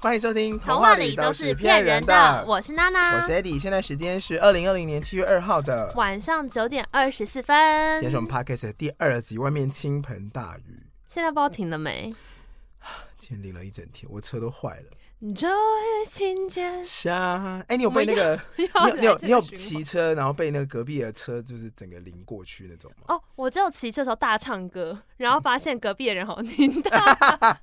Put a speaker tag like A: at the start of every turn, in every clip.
A: 欢迎收听《
B: 童话里都是骗人的》，我是娜娜，
A: 我是 Eddie。现在时间是二零二零年七月二号的
B: 晚上九点二十四
A: 今天
B: 分
A: 是。我们 Podcast 的第二集，外面倾盆大雨，
B: 现在不知道停了没？
A: 今天淋了一整天，我车都坏了。
B: 终于听见
A: 下，哎，你有被那个，
B: 又
A: 你
B: 来
A: 有 你有
B: 这个
A: 你有
B: 循环
A: 骑车，然后被那个隔壁的车就是整个淋过去那种吗？
B: 哦，我只有骑车的时候大唱歌，然后发现隔壁的人好像听 到。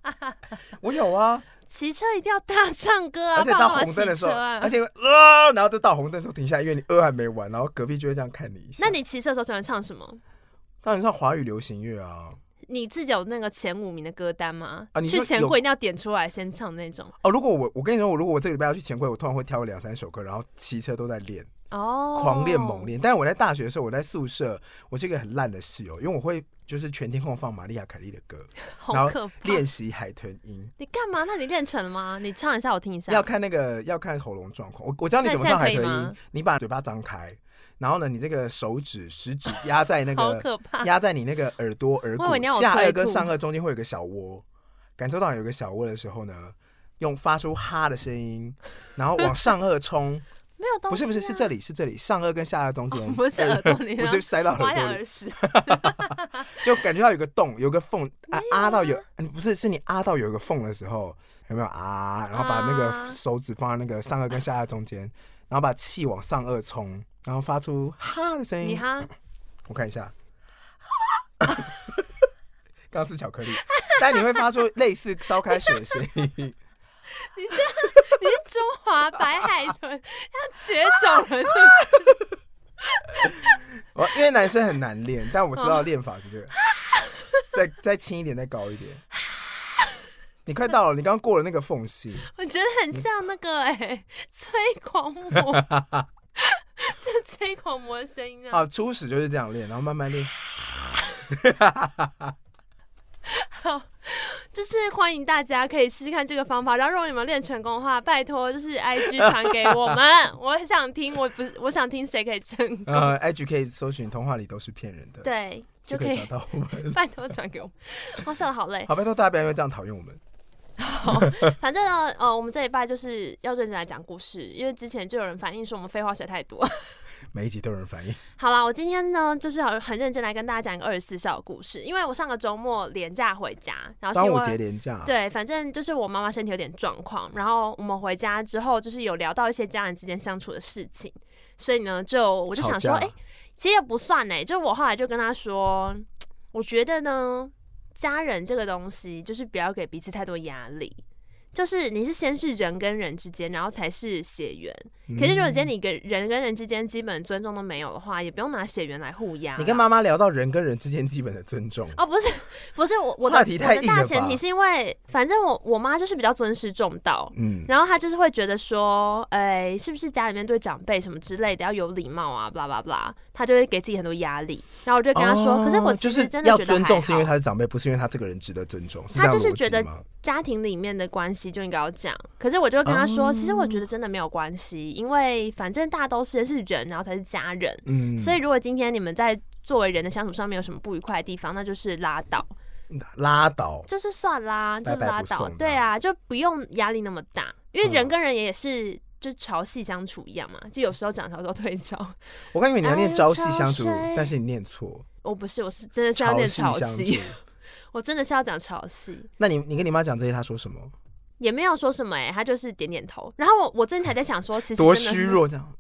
A: 我有啊，
B: 骑车一定要大唱歌啊，
A: 而且
B: 爸
A: 到
B: 爸
A: 红灯的时候，
B: 啊
A: 而。且呃，然后就到红灯的时候停下来，因为你呃还没完，然后隔壁就会这样看你一下。
B: 那你骑车的时候喜欢唱什么？
A: 当然像华语流行乐啊，
B: 你自己有那个前五名的歌单吗？
A: 啊你说
B: 去前
A: 有
B: 柜一定要点出来先唱那种。
A: 哦，如果我我跟你说，我如果我这个礼拜要去前柜，我通常会挑两三首歌，然后骑车都在练，
B: 哦，
A: 狂练猛。练。但是我在大学的时候，我在宿舍，我是一个很烂的室友，因为我会就是全天候放玛丽亚凯莉的歌，
B: 啊
A: 然
B: 好
A: 后
B: 可怕！
A: 练习海豚音。
B: 你干嘛？那你练成了吗？你唱一下我听一下。
A: 要看那个要看喉咙状况。我我教你
B: 那
A: 怎么
B: 现
A: 唱
B: 在
A: 海
B: 可以
A: 豚音
B: 吗，
A: 你把嘴巴张开，然后呢，你这个手指食指压在那
B: 好
A: 个
B: 可怕！
A: 压在你那个耳朵、耳
B: 我以
A: 骨
B: 为你要我
A: 下颚
B: 催
A: 跟
B: 吐
A: 上颚中间会有一个小窝，感受到有一个小窝的时候呢，用发出哈的声音，然后往上颚冲，
B: 没有东
A: 不
B: 西、啊，
A: 是不是是这里是这里上颚跟下颚中 间、
B: 哦 不是耳朵里，
A: 不是塞 到耳
B: 挖牙
A: 朵里，
B: 耳屎，
A: 就感觉到有个洞，有个缝，啊
B: 没有啊
A: 啊到有，嗯不是是你啊到有一个缝的时候，有没有啊？然后把那个
B: 啊
A: 手指放在那个上颚跟下颚中间，然后把气往上颚冲，然后发出哈的声
B: 你
A: 音。
B: 哈，
A: 我看一下， 刚刚吃巧克力，但你会发出类似烧开水的声音。
B: 你是中华白海豚，要绝种了是不
A: 我因为男生很难练，但我知
B: 嗯
A: 道练法是这个，再 再轻一点，再高一 点。你快到了，你刚过了那个缝隙。
B: 是？我觉得很像那个哎、催 狂魔，这催狂魔的声音啊，
A: 啊，初始就是这样练，然后慢慢练。
B: 就是欢迎大家可以试试看这个方法。然后如果你们练成功的话，拜托就是 I G 传给我 们，我想听，我不是我想听谁可以成功，
A: 呃，IG 可以搜寻“童话里都是骗人的”，，
B: 嗯对，
A: 就
B: 就
A: 可
B: 可
A: 以
B: 以
A: 找到我们。
B: 拜托传给我们。我笑的好累。
A: 好，拜托大家不要因为这样讨厌我们。
B: 反正呢，呃，我们这一拜就是要认真来讲故事，因为之前就有人反映说我们废话写太多。
A: 每一集都有人反映，
B: 好啦，我今天呢就是很很认真来跟大家讲一个二十四孝的故事，因为我上个周末连假回家，然后
A: 端
B: 是因
A: 午节
B: 为
A: 连假，
B: 对，反正就是我妈妈身体有点状况，然后我们回家之后就是有聊到一些家人之间相处的事情，所以呢，就我就
A: 吵
B: 想说，
A: 架
B: 哎、其实也不算呢、就我后来就跟她说，我觉得呢，家人这个东西就是不要给彼此太多压力。就是你是先是人跟人之间，然后才是血缘。
A: 嗯
B: 可是如果今天你跟人跟人之间基本尊重都没有的话，也不用拿血缘来互压啦。
A: 你跟妈妈聊到人跟人之间基本的尊重，
B: 哦，不是，不是我我的
A: 话题太
B: 我的
A: 硬了
B: 大
A: 吧
B: 前提是因为，反正我我妈就是比较尊师重道，
A: 嗯，
B: 然后她就是会觉得说，哎、是不是家里面对长辈什么之类的要有礼貌啊，blah blah blah，她就会给自己很多压力。然后我就跟她说，
A: 哦
B: 可是我
A: 就
B: 其
A: 是
B: 实真的
A: 要
B: 觉得
A: 尊重，是因为
B: 还好
A: 他是长辈，不是因为他这个人值得尊重，是这
B: 他
A: 样
B: 就是
A: 逻
B: 觉
A: 辑
B: 得
A: 吗？
B: 家庭里面的关系就应该要这样。可是我就会跟她说，
A: 哦
B: 其实我觉得真的没有关系，因为反正大家都是是人，然后才是家人。
A: 嗯，
B: 所以如果今天你们在作为人的相处上面有什么不愉快的地方，那就是拉倒。
A: 拉倒，
B: 就是算啦，就
A: 拜拜
B: 拉
A: 不
B: 倒
A: 送，
B: 对
A: 的
B: 啊，就不用压力那么大，因为人
A: 嗯
B: 跟人也是就潮汐相处一样嘛，就有时候涨潮，有时候退潮。
A: 我刚以为你要念朝夕相处
B: 哎呦潮水，
A: 但是你念错，
B: 我不是，我是真的是要
A: 朝
B: 念
A: 夕
B: 潮
A: 相处。
B: 汐，我真的是要讲潮汐，
A: 那你你跟你妈讲这些，她说什么？
B: 也没有说什么哎、他就是点点头。然后我我最近还在想说，其实
A: 多
B: 真的
A: 虚
B: 是，
A: 弱这样，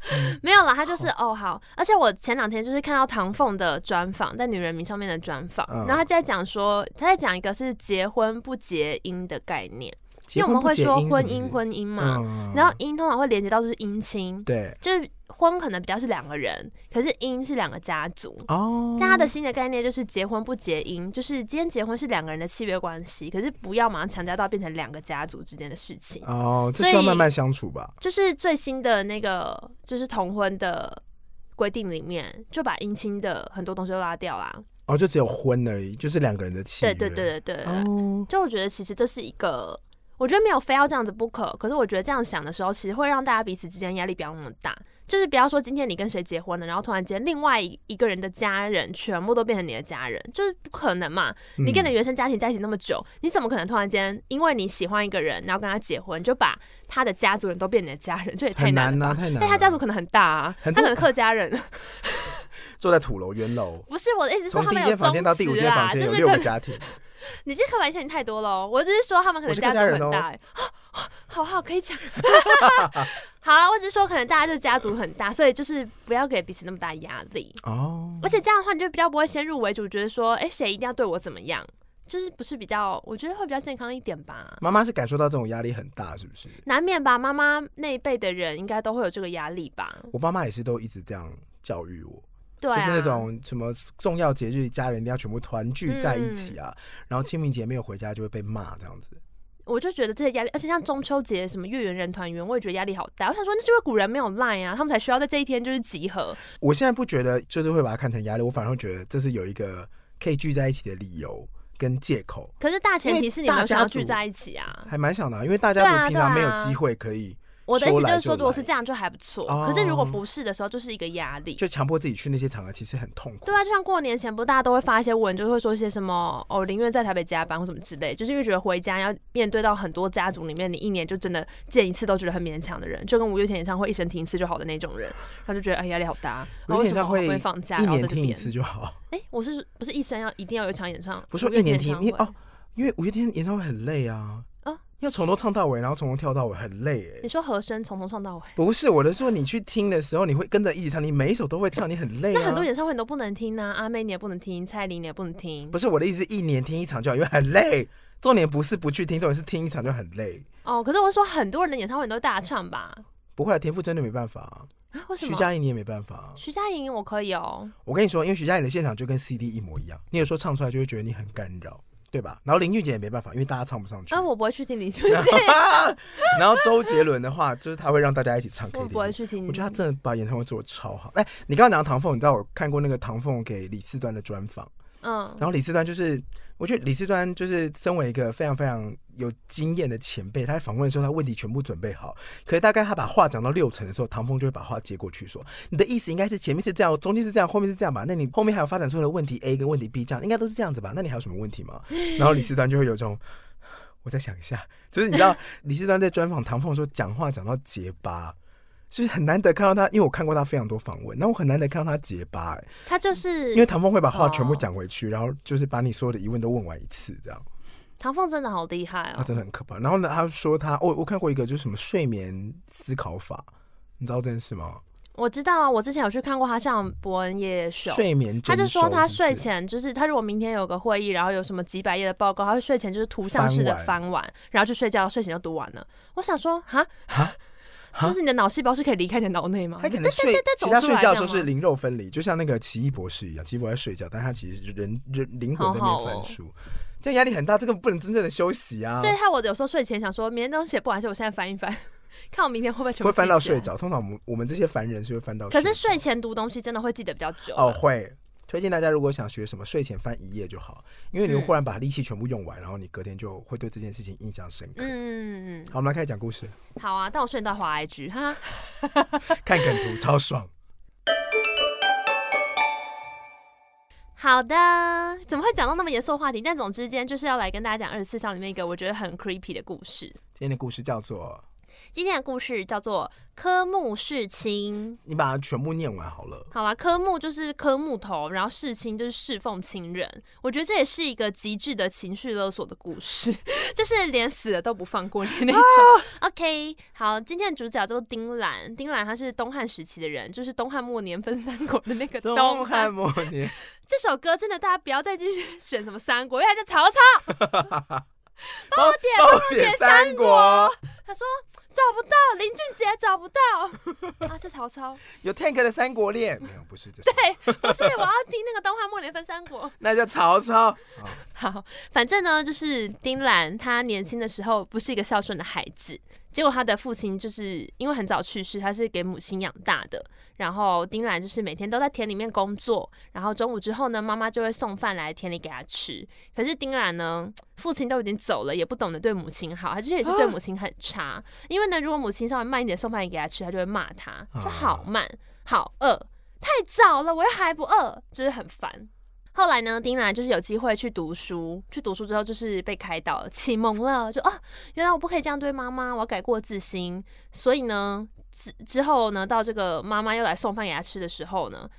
B: 没有啦，他就是哦好，而且我前两天就是看到唐凤的专访，在《女人迷》上面的专访，
A: 嗯
B: 然后他就在讲说，他在讲一个是结婚不结姻的概念，因
A: 结
B: 为我
A: 婚
B: 们
A: 不
B: 会
A: 结
B: 说
A: 是
B: 婚
A: 不
B: 姻
A: 是
B: 婚姻嘛，
A: 嗯
B: 然后姻通常会连接到就是姻亲，
A: 对
B: 就是婚可能比较是两个人，可是姻是两个家族。
A: 哦，
B: 但他的新的概念就是结婚不结姻，就是今天结婚是两个人的契约关系，可是不要马上强加到变成两个家族之间的事情。
A: 哦，这
B: 所
A: 需要
B: 以
A: 慢慢相处吧。
B: 就是最新的那个就是同婚的规定里面，就把姻亲的很多东西都拉掉啦。
A: 哦，就只有婚而已，就是两个人的契
B: 对
A: 约。
B: 对对对对，
A: 哦，
B: 就我觉得其实这是一个，我觉得没有非要这样子不可。可是我觉得这样想的时候，其实会让大家彼此之间压力不要那么大。就是不要说今天你跟谁结婚了，然后突然间另外一个人的家人全部都变成你的家人，就是不可能嘛。
A: 嗯
B: 你跟你的原生家庭在一起那么久，你怎么可能突然间因为你喜欢一个人，然后跟他结婚，就把他的家族人都变你的家人？ 这也太
A: 很
B: 难
A: 难呐、
B: 了
A: 太
B: 吧。
A: 难了。
B: 但他家族可能很大啊，他
A: 很
B: 可
A: 多
B: 能客家人。
A: 住在土楼、原楼，
B: 不是我的意思是
A: 从
B: 他
A: 第
B: 们
A: 一
B: 有
A: 间
B: 宗
A: 房
B: 祠
A: 间到第五间
B: 啦，
A: 房
B: 就
A: 间有
B: 是
A: 六
B: 可
A: 个
B: 能
A: 家庭，
B: 你今天刻板印象已经太多了，哦我只是说他们可
A: 我
B: 能
A: 是客
B: 家族
A: 家人
B: 很
A: 哦
B: 大、欸，好好可以讲。 好啊，我只是说可能大家就家族很大，所以就是不要给彼此那么大压力。
A: 哦
B: 而，且这样的话，你就比较不会先入为主，觉得说，哎、谁一定要对我怎么样，就是不是比较，我觉得会比较健康一点吧。
A: 妈妈是感受到这种压力很大，是不是？
B: 难免吧，妈妈那一辈的人应该都会有这个压力吧？
A: 我爸妈也是都一直这样教育我，
B: 对、啊，
A: 就是那种什么重要节日，家人一定要全部团聚在一起啊，
B: 嗯
A: 然后清明节没有回家就会被骂这样子。
B: 我就觉得这些压力，而且像中秋节什么月圆人团圆，我也觉得压力好大。我想说，那是因为古人没有 line 啊，他们才需要在这一天就是集合。
A: 我现在不觉得就是会把它看成压力，我反而会觉得这是有一个可以聚在一起的理由跟借口，
B: 可是大前提是你们有想要聚
A: 因为大家族
B: 在一起啊。
A: 还蛮想的啊，因为大
B: 对啊
A: 家族平常没
B: 对啊
A: 有机会可以
B: 我的意思就是
A: 说
B: 说，
A: 来就来
B: 如果是这样就还不错，
A: 哦
B: 可是如果不是的时候，就是一个压力。
A: 就强迫自己去那些场合，其实很痛苦。
B: 对啊，就像过年前不大家都会发一些文，就会说一些什么哦，宁愿在台北加班或什么之类，就是因为觉得回家要面对到很多家族里面，你一年就真的见一次都觉得很勉强的人，就跟五月天演唱会一生听一次就好的那种人，他就觉得哎压力好大，然
A: 我
B: 后为
A: 演
B: 什么
A: 唱
B: 我
A: 会
B: 不会放假，
A: 一
B: 然后在
A: 年
B: 这
A: 听一
B: 边？
A: 次就好，
B: 哎、我是不是一生要一定要有一场演唱？
A: 不是
B: 五
A: 说
B: 月
A: 一
B: 天
A: 年
B: 演
A: 听
B: 唱，
A: 因为
B: 会
A: 哦，因为五月天演唱会很累啊，
B: 啊
A: 要从头唱到尾，然后从头跳到尾，很累哎、
B: 你说和声从头唱到尾，
A: 不是我的说，你去听的时候，你会跟着一起唱，你每一首都会唱，你很累
B: 那很
A: 啊
B: 多。演唱会你都不能听呐、阿妹你也不能听，蔡依林你也不能听
A: 不。是我的意思，一年听一场就好，因为很累。重点不是不去听，重点是听一场就很累。
B: 哦，可是我是说很多人的演唱会你都大唱吧？
A: 不会、啊，田馥甄的没办法、啊，
B: 啊，为什
A: 徐
B: 么？
A: 佳莹你也没办法、啊。
B: 徐佳莹我可以哦，
A: 我跟你说，因为徐佳莹的现场就跟 CD 一模一样，你有时候唱出来就会觉得你很干扰，对吧？然后林俊杰也没办法，因为大家唱不上去。
B: 但啊我不会去听林 俊杰，
A: 然后周杰伦的话，就是他会让大家一起唱 K
B: 我
A: T
B: 不会
A: V。
B: 去听。
A: 我觉得他真的把演唱会做的超好。哎、你刚刚讲到唐凤，你知道我看过那个唐凤给李四端的专访，
B: 嗯
A: 然，后李四端就是，我觉得李四端就是身为一个非常非常有经验的前辈，他在访问的时候，他问题全部准备好，可是大概他把话讲到六成的时候，唐凤就会把话接过去说，你的意思应该是前面是这样，中间是这样，后面是这样吧？那你后面还有发展出的问题 A 跟问题 B 这样，应该都是这样子吧？那你还有什么问题吗？然后李四端就会有这种。我再想一下，就是你知道李四端在专访唐凤的时候讲话讲到结巴，就是很难得看到他，因为我看过他非常多访问，那我很难得看到他结巴、哎
B: 他就是
A: 因为唐凤会把话全部
B: 哦
A: 讲回去，然后就是把你所有的疑问都问完一次，这样，
B: 唐凤真的好厉害
A: 他
B: 哦，
A: 真的很可怕。然后呢，他说他，我、我看过一个就是什么睡眠思考法，你知道这件事吗？
B: 我知道啊，我之前有去看过他上伯恩夜夜秀。
A: 睡眠
B: 他
A: 真
B: 就说
A: 熟
B: 他
A: 是不
B: 睡
A: 是
B: 前就是他如果明天有个会议，然后有什么几百页的报告，他会睡前就是图像式的
A: 翻完
B: 翻完，然后去睡觉，睡前就读完了。我想说，哈，
A: 哈
B: 就是你的脑细胞是可以离开你的脑内吗？
A: 他可能睡
B: 嗯对，
A: 其
B: 走
A: 他
B: 出
A: 睡
B: 来
A: 觉的
B: 这
A: 时候
B: 样
A: 是
B: 吗
A: 灵肉分离，就像那个奇异博士一样，奇异博士在睡觉，但他其实人人灵魂
B: 好
A: 在那
B: 好
A: 边
B: 哦
A: 翻书，这样压力很大，这个不能真正的休息啊
B: 所，以他我有时候睡前想说，明天东西写不完，所以我现在翻一 翻，看我明天会不会全部
A: 会翻
B: 记
A: 到
B: 起来
A: 睡。着。通常我们我们这些凡人是会翻到，
B: 可是睡前读东西真的会记得比较久
A: 哦
B: 啊。
A: 会。推荐大家，如果想学什么，睡前翻一页就好，因为你
B: 嗯
A: 忽然把力气全部用完，然后你隔天就会对这件事情印象深刻。
B: 嗯，
A: 好，我们来开始讲故事，
B: 好啊，但我睡到滑 IG 哈。
A: 看梗图超爽。
B: 好的，怎么会讲到那么严肃的话题？但总之今天就是要来跟大家讲二十四孝里面一个我觉得很 creepy 的故事。
A: 今天的故事叫做，
B: 今天的故事叫做科目世亲。
A: 你把它全部念完好了。
B: 好啦，科目就是科木头，然后世亲就是侍奉亲人。我觉得这也是一个极致的情绪勒索的故事， 就是连死了都不放过你那种。OK，好，
A: 啊
B: 今天的主角叫做丁兰，丁兰他是东汉时期的人，就是东汉末年分三国的那个
A: 东
B: 东汉
A: 汉末年，
B: 这首歌真的，大家不要再继续 选什么三国，因为他叫 曹操。
A: 包
B: 点
A: 包点三国，
B: 他说找不到林俊杰，找不到 啊，是曹操。
A: 有 Tank 的《三国恋》，没有，不是这首，
B: 对，不是，我要听那个东汉末年分三国。
A: 那叫曹操。好
B: 好，反正呢，就是丁兰，她年轻的时候不是一个孝顺的孩子，结果她的父亲就是因为很早去世，他是给母亲养大的。然后丁兰就是每天都在田里面工作，然后中午之后呢，妈妈就会送饭来田里给她吃。可是丁兰呢，父亲都已经走了，也不懂得对母亲好，他其实也是对母亲很差，因为为呢，如果母亲稍微慢一点送饭给他吃，他就会骂他，
A: 啊
B: 说好慢，好饿，太早了，我又还不饿，就是很烦。后来呢，丁娜就是有机会去读书，去读书之后就是被开导了，启蒙了，就啊，原来我不可以这样对妈妈，我要改过自新。所以呢，之之后呢，到这个妈妈又来送饭给他吃的时候呢，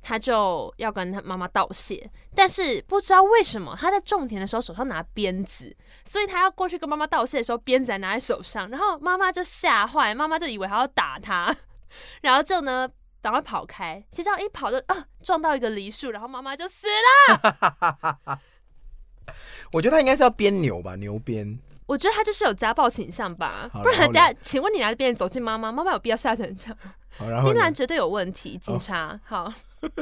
B: 他就要跟他妈妈道谢，但是不知道为什么他在种田的时候手上拿鞭子，所以他要过去跟妈妈道谢的时候，鞭子还拿在手上，然后妈妈就吓坏，妈妈就以为他要打他， 然后就呢。赶快跑开！谁知道一跑就啊撞到一个梨树，然后妈妈就死了。
A: 我觉得他应该是要编牛吧，牛鞭。
B: 我觉得他就是有家暴倾向吧，
A: 好
B: 不然
A: 然后
B: 等下，请问你拿着鞭子走近妈妈，妈妈有必要下成这样？
A: 好，然后
B: 丁
A: 呢
B: 兰绝对有问题，
A: 哦
B: 警察、好。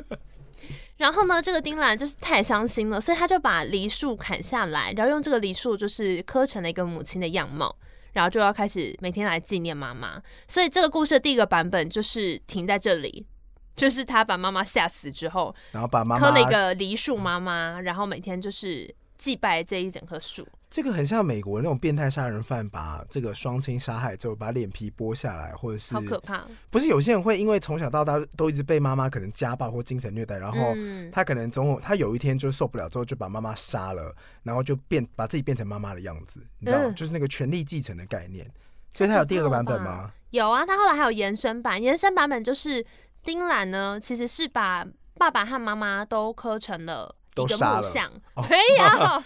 B: 然后呢，这个丁兰就是太伤心了，所以他就把梨树砍下来，然后用这个梨树就是刻成了一个母亲的样貌，然后就要开始每天来纪念妈妈。所以这个故事的第一个版本就是停在这里，就是他把妈妈吓死之后，
A: 然后把妈
B: 刻
A: 妈
B: 了一个梨树妈妈，然后每天就是祭拜这一整棵树。
A: 这个很像美国那种变态杀人犯，把这个双亲杀害之后，把脸皮剥下来，或者是
B: 好可怕！
A: 不是有些人会因为从小到大都一直被妈妈可能家暴或精神虐待，然后
B: 嗯，
A: 他可能总有他有一天就受不了，之后就把妈妈杀了，然后就变把自己变成妈妈的样子，你知道，
B: 嗯
A: 就是那个权力继承的概念。所以他有第二个版本
B: 太可怕
A: 吗？
B: 有啊，他后来还有延伸版，延伸版本就是丁兰呢，其实是把爸爸和妈妈都刻成了一
A: 都
B: 个
A: 杀
B: 木
A: 了
B: 像，
A: 哦
B: 没 有。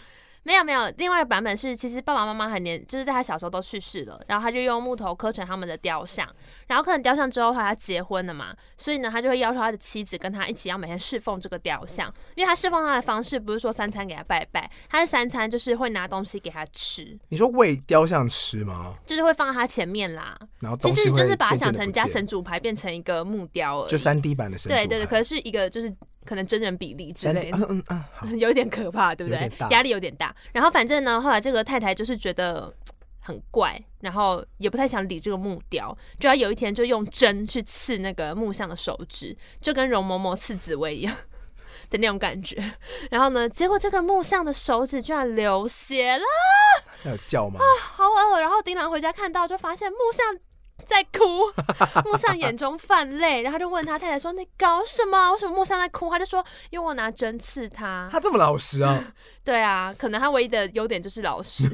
B: 没有没有，另外一个版本是，其实爸爸妈妈很年，就是在他小时候都去世了，然后他就用木头刻成他们的雕像，然后刻成雕像之后，他结婚了嘛，所以呢，他就会要求他的妻子跟他一起要每天侍奉这个雕像，因为他侍奉他的方式不是说三餐给他拜拜，他是三餐就是会拿东西给他吃，
A: 你说喂雕像吃吗？
B: 就是会放在他前面啦，
A: 然后东
B: 其
A: 西
B: 实
A: 会
B: 就是把它
A: 渐渐
B: 想
A: 地
B: 成
A: 不
B: 加
A: 见
B: 神主牌变成一个木雕而已，
A: 就三 D 版的神主
B: 对对
A: 牌
B: 对，可是一个就是可能真人比例之
A: 三 D
B: 类的
A: 嗯。嗯嗯，好，
B: 有点可怕，对不
A: 有
B: 对
A: 点大？
B: 压力有点大。然后反正呢，后来这个太太就是觉得很怪，然后也不太想理这个木雕，就要有一天就用针去刺那个木像的手指，就跟容嬷嬷刺紫薇一样的那种感觉。然后呢，结果这个木像的手指居然流血了。
A: 那有叫吗？
B: 好恶。然后丁兰回家看到，就发现木像在哭， 木像眼中泛泪，然后他就问他太太说：“你搞什么？为什么木像在哭？”他就说：“因为我拿针刺他。
A: 他这么老实啊？”
B: 对啊，可能他唯一的优点就是 老实，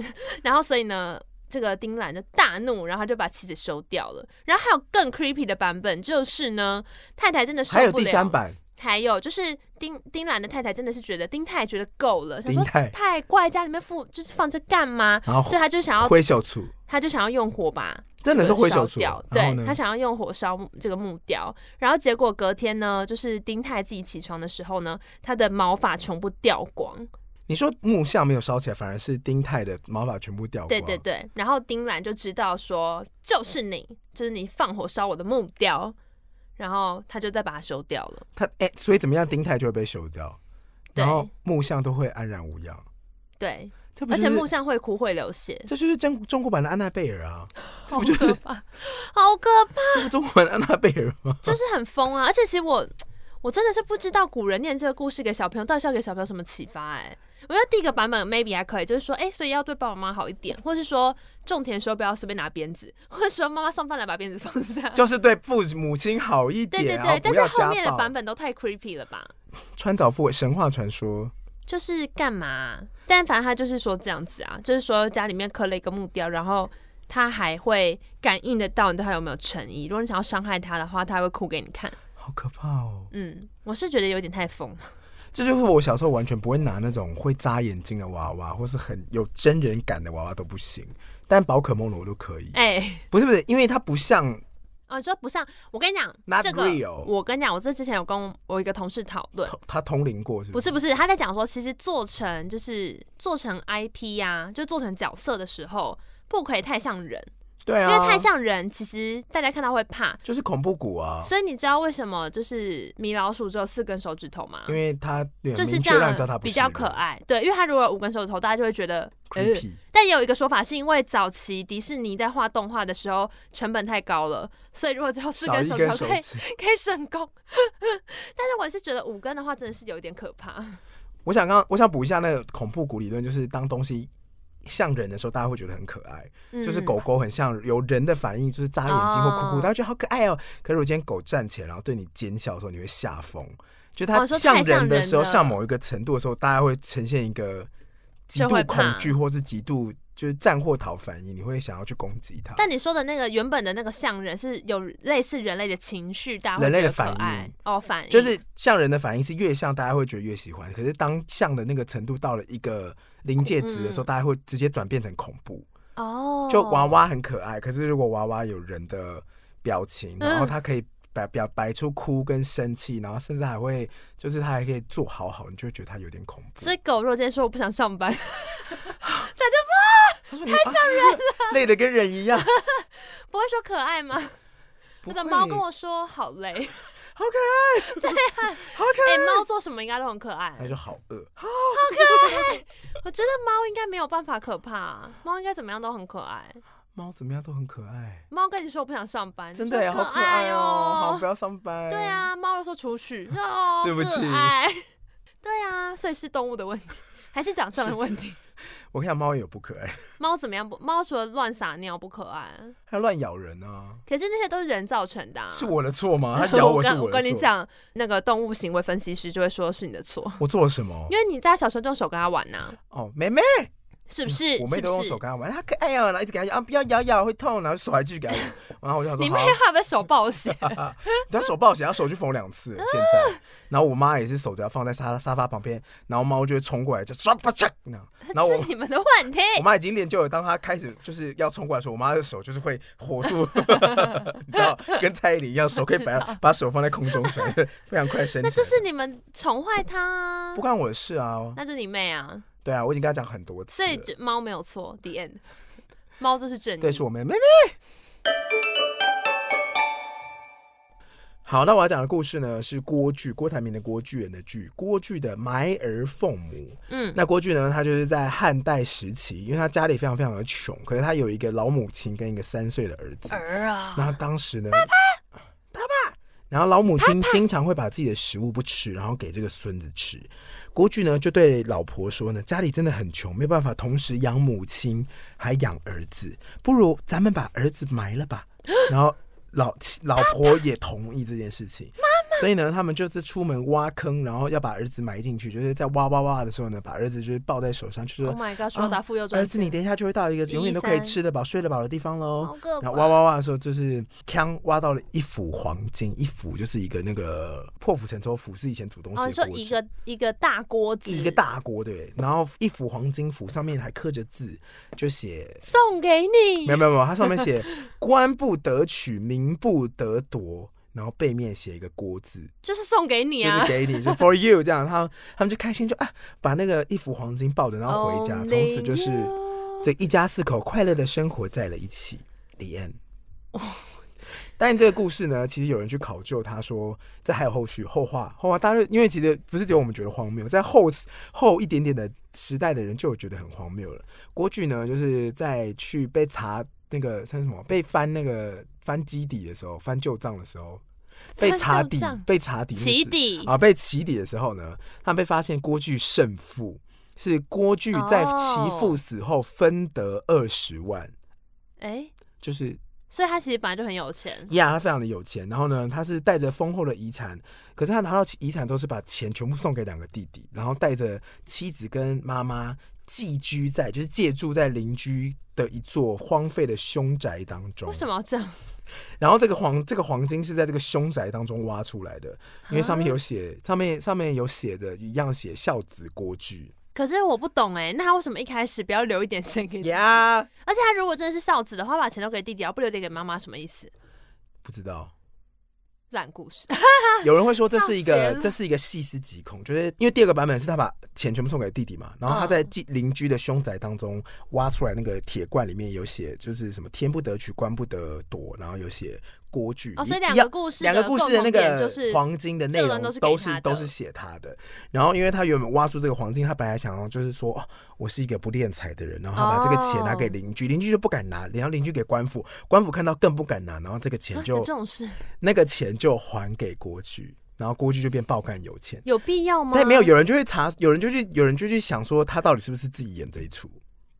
B: 然后所以呢。这个丁兰就大怒，然后他就把妻子收掉了。然后还有更 creepy 的版本，就是呢，太太真 的受不了。
A: 还有第三版，
B: 还有就是丁丁兰的太太真的是觉得丁太觉得够了，想
A: 丁
B: 说
A: 太
B: 太怪，家里面放就是放这干嘛？
A: 然后
B: 所以他就想要
A: 挥手处，
B: 他就想要用火把
A: 真的是挥手
B: 烧
A: 处。
B: 掉，
A: 然后
B: 对
A: 呢
B: 他？想要用火烧这个木雕，然后结果隔天呢，就是丁太自己起床的时候呢，他的毛发全部掉光，
A: 你说木像没有烧起来，反而是丁泰的毛发全部掉光。
B: 对对对，然后丁兰就知道说就是你，就是你放火烧我的木雕，然后他就再把它修掉了，
A: 他哎、所以怎么样，丁泰就会被修掉，
B: 对
A: 然后木像都会安然无恙。
B: 对，
A: 这不
B: 而
A: 就是
B: 且木像会哭会流血，
A: 这就是中中国版的安娜贝尔啊，这
B: 好
A: 不就是
B: 可怕，好可怕。
A: 这不中国版的安娜贝尔吗？
B: 就是很疯啊！而且其实我我真的是不知道古人念这个故事给小朋友到底是要给小朋友什么启发哎、我觉得第一个版本 maybe 还可以，就是说，哎、所以要对爸爸妈妈好一点，或是说种田的时候不要随便拿鞭子， 或者说妈妈送饭来把鞭子放下。
A: 就是对父母亲好一
B: 对对
A: 点，然后
B: 对，但
A: 不
B: 是
A: 要
B: 后
A: 家
B: 面的版
A: 暴。
B: 本都太 creepy 了吧？
A: 川岛复神话传说，
B: 就是干嘛啊、但反正他就是说这样子啊，就是说家里面刻了一个木雕，然后他还会感应得到你对他有没有诚意。如果你想要伤害他的话，他还会哭给你看。
A: 好可怕哦！
B: 嗯，我是觉得有点太疯了。
A: 这就是我小时候完全不会拿那种会扎眼睛的娃娃，或是很有真人感的娃娃都不行，但宝可梦的我都可以。
B: 哎、
A: 不是不是，因为它不像
B: 啊，说不上。我跟你讲
A: Not
B: 这个
A: real
B: 我跟你讲，我这之前有跟我一个同事讨论，
A: 它通灵过，是
B: 不
A: 不
B: 是不是，他在讲说，其实做成就是做成 IP 呀、就做成角色的时候，不可以太像人，
A: 对
B: 因
A: 啊，
B: 为太像人，其实大家看到会怕。
A: 就是恐怖谷啊，
B: 所以你知道为什么就是米老鼠只有四根手指头吗
A: 因？为它有
B: 啊就是
A: 明
B: 这
A: 确让
B: 样
A: 你知道它不
B: 比
A: 是
B: 较可爱，对，因为它如果有五根手指头，大家就会觉得呃
A: creepy。
B: 但也有一个说法，是因为早期迪士尼在画动画的时候成本太高了，所以如果只有四
A: 少
B: 根
A: 一
B: 手指
A: 根
B: 头
A: 手
B: 可以
A: 指，
B: 可以省工，但是我是觉得五根的话真的是有点可怕。
A: 我想刚，我想补一下那个恐怖谷理论，就是当东西像人的时候，大家会觉得很可爱，
B: 嗯
A: 就是狗狗很像有人的反应，就是眨眼睛或哭
B: 哦
A: 哭，大家觉得好可爱哦。可是我今天狗站起来，然后对你尖笑的时候，你会吓疯。就
B: 哦
A: 它
B: 说太
A: 像
B: 像
A: 人的
B: 人
A: 时候，
B: 了
A: 像某一个程度的时候，大家会呈现一个极
B: 就
A: 度
B: 会
A: 恐
B: 怕
A: 惧，或是极度就是战或逃反应，你会想要去攻击它。
B: 但你说的那个原本的那个像人是有类似人类的情绪，大家会
A: 人类
B: 觉
A: 的
B: 得可
A: 反
B: 爱
A: 应
B: 哦，反应
A: 就是像人的反应是越像，大家会觉得越喜欢。可是当像的那个程度到了一个临界值的时候，
B: 嗯
A: 大家会直接转变成恐怖。
B: 哦，
A: 就娃娃很可爱，可是如果娃娃有人的表情，
B: 嗯
A: 然后它可以表表摆出哭跟生气，然后甚至还会就是它还可以做好好，你就会觉得它有点恐怖
B: 所。以狗如果今天说我不想上班，
A: 太像人了，啊累得跟人一 样。
B: 不会说可爱吗？
A: 不
B: 我
A: 会
B: 的猫跟我说好累，哎、
A: 好可 爱，对啊， 好可
B: 猫做什么应该都很可爱
A: 爱，它。就好饿。
B: 我觉得猫应该没有办法可怕，猫应该怎么样都很可爱。
A: 猫怎么样都很可爱，
B: 猫跟你说我不想上班，
A: 真
B: 你
A: 的耶
B: 说
A: 好
B: 可
A: 爱哦，好
B: 哦
A: 不。要上班。
B: 对，啊，猫又说 出去，哦，
A: 哎对不起
B: 可爱 对啊，所以是动物的问题，还是长相的问 题？
A: 我看猫也有不可爱，
B: 猫怎么样不？猫除了乱撒尿不可爱，
A: 它乱咬人啊，
B: 可是那些都是人造成的、啊。
A: 是我的错吗？ 它咬
B: 我
A: 是
B: 跟
A: 我的错。
B: 跟你，讲，那个动物行为分析师就会说是你的错，
A: 我做了什么
B: 因？为你在小时候就用手跟他玩呐、啊
A: 哦，妹妹，
B: 是不是？
A: 我妹
B: 是
A: 都
B: 不
A: 用
B: 是
A: 手跟他玩，她可爱啊，然后一直给他咬啊，不要咬咬会痛，然后手还继续给他咬，然后我就想
B: 你
A: 说，
B: 妹啊
A: 好，
B: 还被手暴血，
A: 她手不好写，她手去缝两
B: 啊
A: 次，现在，然后我妈也是手只要放在沙沙发旁边，然后猫就会冲过来就抓吧嚓， 那样然后
B: 这
A: 我
B: 是你们的问题。
A: 我妈已经练就了，当她开始就是要冲过来的时候，我妈的手就是会火 速，你知道，跟蔡依林一样，手可以摆
B: 我知道
A: 把手放在空中甩， 非常快伸起
B: 那
A: 来。
B: 这是你们宠坏它啊
A: 不，关我的事啊，
B: 那就你妹啊。
A: 对啊，我已经跟她讲很多次
B: 所以
A: 了，
B: 这猫没有错，the end。猫就是正义。
A: 对，是我妹妹妹。好，那我要讲的故事呢是郭巨，郭台铭的郭巨人的巨，郭巨的埋儿凤母。
B: 嗯，
A: 那郭巨呢，他就是在汉代时期，因为他家里非常非常的穷，可是他有一个老母亲跟一个三岁的儿子。
B: 儿啊，
A: 那当时呢，爸爸，爸爸，然后老母亲经常会把自己的食物不吃，然后给这个孙子吃。郭巨呢就对老婆说呢，家里真的很穷，没办法同时养母亲还养儿子，不如咱们把儿子埋了 吧。然后老老婆也同意这件事情。所以呢，他们就是出门挖坑，然后要把儿子埋进去，就是在挖挖挖的时候呢，把儿子就是抱在手上，就是说
B: Oh my god！说
A: 啊
B: 答复又赚
A: 儿子，你等一下就会到一个
B: 一
A: 永远都可以
B: 三
A: 吃得饱、睡得饱的地方喽
B: 好。可
A: 然后
B: 怕
A: 挖挖挖的时候，就是锵挖到了一幅黄金，一幅就是一个那个破釜沉舟，釜是以前煮东
B: 哦，
A: 西
B: 你
A: 的
B: 说
A: 锅
B: 一
A: 具。
B: 个一个大锅子，
A: 一个大锅对，然后一幅黄金符上面还刻着字，就写
B: 送给你
A: 没有。没有没有，它上面写官不得取，民不得夺，然后背面写一个锅字，
B: 就是送给你
A: 就
B: 啊
A: 是！给你，就 for you 这样，他们他们就开心就啊，把那个一幅黄金抱着，然后回家，
B: 哦
A: 从此就是
B: Only you
A: 这一家四口快乐的生活在了一起。李安，但这个故事呢，其实有人去考究，他说这还有后续后话后话，大家因为其实不是只有我们觉得荒谬，在后后一点点的时代的人就有觉得很荒谬了。郭巨呢，就是在去被查那个算什么被翻那个翻基底的时候，翻旧账的时候。被
B: 翻
A: 查
B: 旧
A: 底
B: 账，
A: 被查底那个
B: 起
A: 字
B: 底
A: 啊，被起底的时候呢，他们被发现郭巨胜负是郭巨在其父死后分得二十万，
B: 哎，
A: 就是
B: 所以他其实本来就很有钱，
A: 呀，他非常的有钱。然后呢，他是带着丰厚的遗产，可是他拿到遗产都是把钱全部送给两个弟弟，然后带着妻子跟妈妈寄居在，就是借住在邻居的一座荒废的凶宅当中。
B: 为什么要这样？
A: 然后这个黄这个黄金是在这个凶宅当中挖出来的，因为上面有写
B: 啊
A: 上面上面有写的一样写孝子郭巨
B: 可是我不懂哎，那他为什么一开始不要留一点钱给你？
A: 呀
B: 而且他如果真的是孝子的话，把钱都给弟弟，而不留点给妈妈，什么意思？
A: 不知道，
B: 烂故事。
A: 有人会说这是一
B: 上学
A: 个
B: 了
A: 这是一个细思极恐，就是因为第二个版本是他把钱全部送给弟弟嘛，然后他在寄邻居的凶宅当中挖出来那个铁罐里面有写就是什么天不得取，官不得夺，然后有写郭巨
B: 哦，所以
A: 一
B: 两
A: 一样
B: 个故事
A: 两个故事的
B: 的共
A: 那
B: 同点
A: 个
B: 就是
A: 黄金的内
B: 这
A: 容
B: 个都是给
A: 都
B: 他
A: 是
B: 的
A: 都是写他的。然后，因为他原本挖出这个黄金，他本来想要就是说，哦，我是一个不敛财的人，然后他把这个钱拿给邻居，邻居就不敢拿，然后邻居给官府，官府看到更不敢拿，然后这个
B: 啊
A: 钱
B: 有
A: 就
B: 这种事
A: 那个钱就还给郭巨，然后郭巨就变爆干有钱。
B: 有必要吗？
A: 但没有，有人就会查，有人就去，有人就去想说，他到底是不是自己演这一出？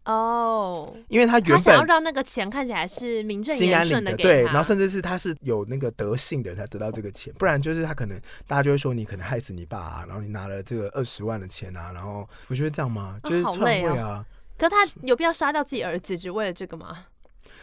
B: 哦，
A: 因为他
B: 他
A: 原
B: 想要
A: 本
B: 让那个钱看起来是名正
A: 心
B: 言
A: 安理
B: 顺
A: 得，
B: 给
A: 对，
B: 他
A: 然后甚至是他是有那个德性的人才得到这个钱，不然就是他可能大家就会说你可能害死你爸、啊，然后你拿了这个二十万的钱啊，然后不就是这样吗？
B: 啊
A: 就是
B: 好
A: 篡
B: 累
A: 位
B: 哦
A: 啊，
B: 可他有必要杀掉自己儿子只为了这个吗？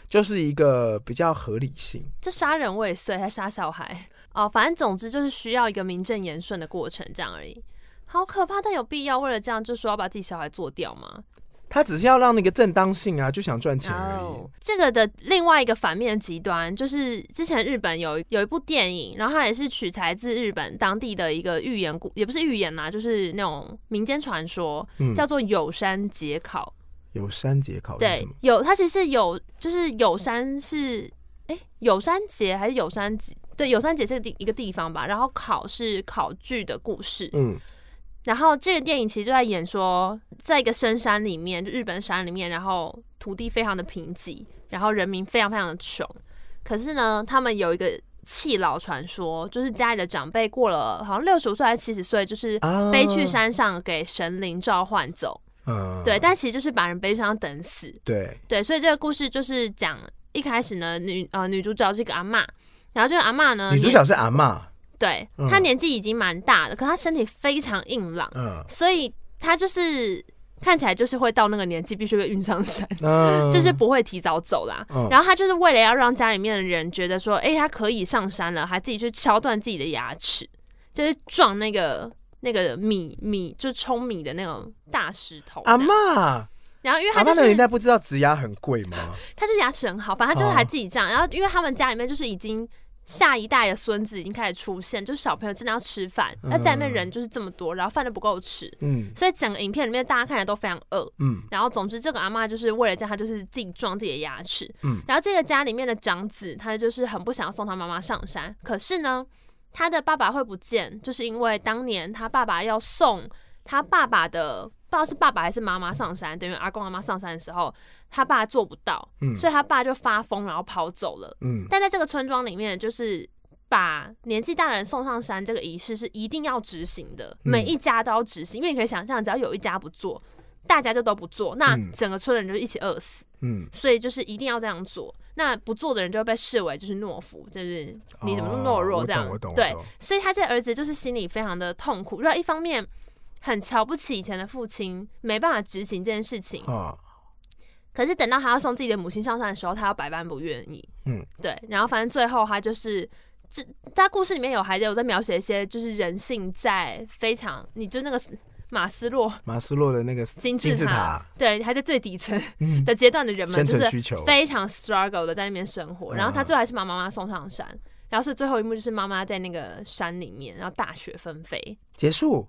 A: 就是一个比较合理性。
B: 这杀人未遂，还杀小孩 哦，反正总之就是需要一个名正言顺的过程，这样而已。好可怕，但有必要为了这样就说要把自己小孩做掉吗？
A: 他只是要让那个正当性啊，就想赚钱而已。
B: 哦，这个的另外一个反面极端就是，之前日本有有一部电影，然后它也是取材自日本当地的一个寓言故，也不是寓言啦，就是那种民间传说，
A: 嗯，
B: 叫做有山节考。
A: 有山节考是什
B: 对
A: 么？，
B: 有它其实有就是有山是哎有山节还是有山节？对，有山节是地一个地方吧，然后考是考据的故事，
A: 嗯，
B: 然后这个电影其实就在演说，在一个深山里面，就日本山里面，然后土地非常的贫瘠，然后人民非常非常的穷。可是呢，他们有一个弃老传说，就是家里的长辈过了好像六十岁还是七十岁，就是
A: 啊，
B: 背去，山上给神灵召唤走。
A: 嗯，
B: 对，但其实就是把人背上等死。
A: 对，
B: 对，所以这个故事就是讲一开始呢，女呃女主角是一个阿嬷，然后这个阿嬷呢，
A: 女主
B: 年
A: 角是阿嬷，
B: 对、
A: 嗯
B: 她年纪已经蛮大了，可她身体非常硬朗。
A: 嗯
B: 所以他就是看起来就是会到那个年纪必须被运上山，
A: 嗯，
B: 就是不会提早走啦。
A: 嗯
B: 然后他就是为了要让家里面的人觉得说，哎、他可以上山了，还自己去敲断自己的牙齿，就是撞那个那个米米，就冲米的那种大石头。
A: 阿嬷。
B: 然后因为他
A: 阿
B: 就
A: 妈那个
B: 是
A: 年代不知道植牙很贵吗？
B: 他就是牙齿很好，反正他就是还自己这样。然后因为他们家里面就是已经。下一代的孙子已经开始出现，就是小朋友真的要吃饭，那家里
A: 嗯
B: 面人就是这么多，然后饭都不够吃，
A: 嗯
B: 所以整个影片里面大家看起来都非常饿。
A: 嗯
B: 然后总之这个阿嬷就是为了这样，她就是自己撞自己的牙齿。
A: 嗯
B: 然后这个家里面的长子，他就是很不想要送他妈妈上山，可是呢，他的爸爸会不见，就是因为当年他爸爸要送他爸爸的，不知道是爸爸还是妈妈上山，等于阿公阿妈上山的时候，他爸做不到，
A: 嗯
B: 所以他爸就发疯，然后跑走了。
A: 嗯，
B: 但在这个村庄里面，就是把年纪大的人送上山这个仪式是一定要执行的，
A: 嗯
B: 每一家都要执行，因为你可以想象，只要有一家不做，大家就都不做，那
A: 嗯
B: 整个村人就一起饿死，
A: 嗯，
B: 所以就是一定要这样做。那不做的人就会被视为就是懦夫，就是你怎么那么懦弱
A: 哦
B: 这样？
A: 我懂，我懂，
B: 对
A: 我，懂
B: 所以他这儿子就是心里非常的痛苦，然后一方面很瞧不起以前的父亲，没办法执行这件事情，
A: 啊，
B: 可是等到他要送自己的母亲上山的时候，他要百般不愿意。
A: 嗯，
B: 对。然后反正最后他就是，这他故事里面有还有在描写一些就是人性在非常，你就那个马斯洛
A: 马斯洛的那个
B: 金字
A: 字
B: 塔
A: 塔，
B: 对，还在最底层
A: 嗯，
B: 的阶段的人
A: 生
B: 们就
A: 存
B: 是
A: 需求，
B: 非常 struggle 的在那边生活。然后他
A: 嗯
B: 最后还是把妈妈送上山，然后所以最后一幕就是妈妈在那个山里面，然后大雪纷飞。
A: 结束，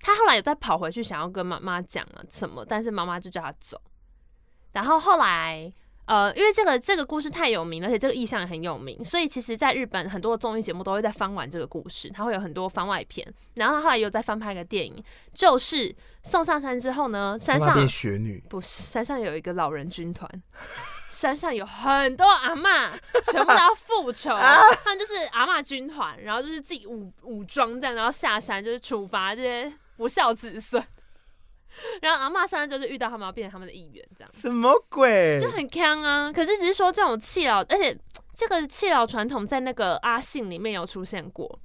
B: 他后来有再跑回去，想要跟妈妈讲了什么，但是妈妈就叫他走。然后后来，呃，因为这个这个故事太有名了，而且这个意象也很有名，所以其实在日本很多的综艺节目都会在翻完这个故事，它会有很多番外篇。然后他后来有再翻拍一个电影，就是送上山之后呢，山
A: 妈妈
B: 上
A: 变雪女，
B: 不是山上有一个老人军团，山上有很多 阿嬷，全部都要复仇，
A: 啊
B: 他们就是阿嬷军团，然后就是自己武武装这样，然后下山就是处罚这些不孝子孙。 然后阿嬷山就是遇到他们，要变成他们的一员，这样
A: 什么鬼？
B: 就很坑啊。可是只是说这种弃老，而且这个弃老传统在那个阿信里面有出现过，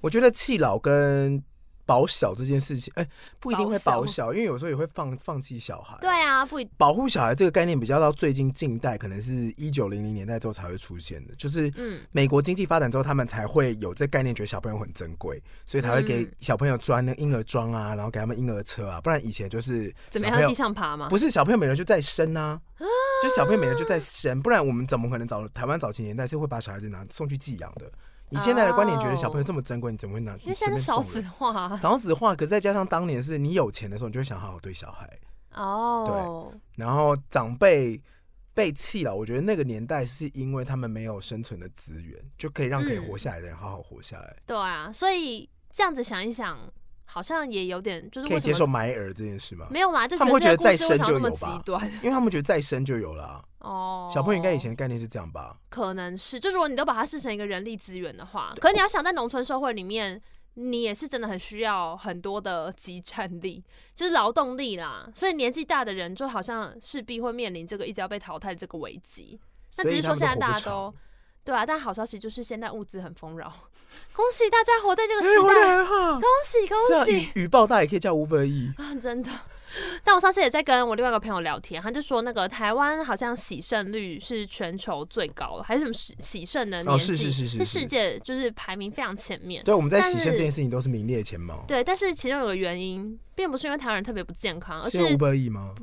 A: 我觉得弃老跟保小这件事情，哎，不一定会
B: 保
A: 保
B: 小
A: 小，因为有时候也会放放弃小孩，
B: 对。啊，不一
A: 保护小孩这个概念比较到最近近代，可能是一九零零年代之后才会出现的，就是
B: 嗯
A: 美国经济发展之后，他们才会有这概念，觉得小朋友很珍贵，所以才会给
B: 嗯
A: 小朋友装那个婴儿装啊，然后给他们婴儿车啊，不然以前就是
B: 怎么
A: 小朋
B: 样
A: 友
B: 地上爬吗？
A: 不是小朋友每人就在生啊，就小朋友每人就在生，不然我们怎么可能早台湾早期年代是会把小孩子拿送去寄养的？以现在的观点，觉得小朋友这么珍贵，你怎么会拿？
B: 因为现在
A: 随便
B: 是少
A: 送
B: 子
A: 人
B: 化啊
A: 少子化，可再加上当年是你有钱的时候，你就会想好好对小孩，
B: 哦，
A: 然后长辈被弃了，我觉得那个年代是因为他们没有生存的资源，就可以让可以
B: 嗯
A: 活下来的人好好活下来，
B: 对啊，所以这样子想一想，好像也有点就是
A: 可以
B: 为
A: 接
B: 什
A: 受
B: 么
A: 埋儿这件事吗？
B: 没有啦，就
A: 他们会觉得
B: 这个故
A: 再
B: 事为
A: 生
B: 什
A: 就
B: 么那么
A: 有
B: 极
A: 吧
B: 端
A: 因为他们觉得再生就有了啊、
B: 哦。
A: 小朋友应该以前的概念是这样吧？
B: 可能是，就如果你都把它视成一个人力资源的话，可是你要想在农村社会里面。你也是真的很需要很多的集战力，就是劳动力啦。所以年纪大的人就好像势必会面临这个一直要被淘汰的这个危机。那
A: 所
B: 只
A: 以
B: 是说
A: 他们
B: 现在
A: 都活
B: 大
A: 不
B: 家都
A: 长。
B: 对啊，但好消息就是现在物资很丰饶， 恭喜大家活在这个
A: 哎
B: 时
A: 活得
B: 代，
A: 很好，
B: 恭喜
A: 这
B: 恭
A: 样
B: 喜！
A: 雨雨爆大也可以叫五百亿，
B: 啊，真的。但我上次也在跟我另外一个朋友聊天，他就说那个台湾好像洗肾率是全球最高的，还是什么洗洗肾的年纪、
A: 哦是是是是是
B: 世界就是排名非常前面。
A: 对，我们在
B: 但
A: 洗肾
B: 是
A: 这件事情都是名列前茅，
B: 对，但是其中有个原因，并不是因为台湾人特别不健康，而
A: 是
B: 是
A: 因为五百亿吗？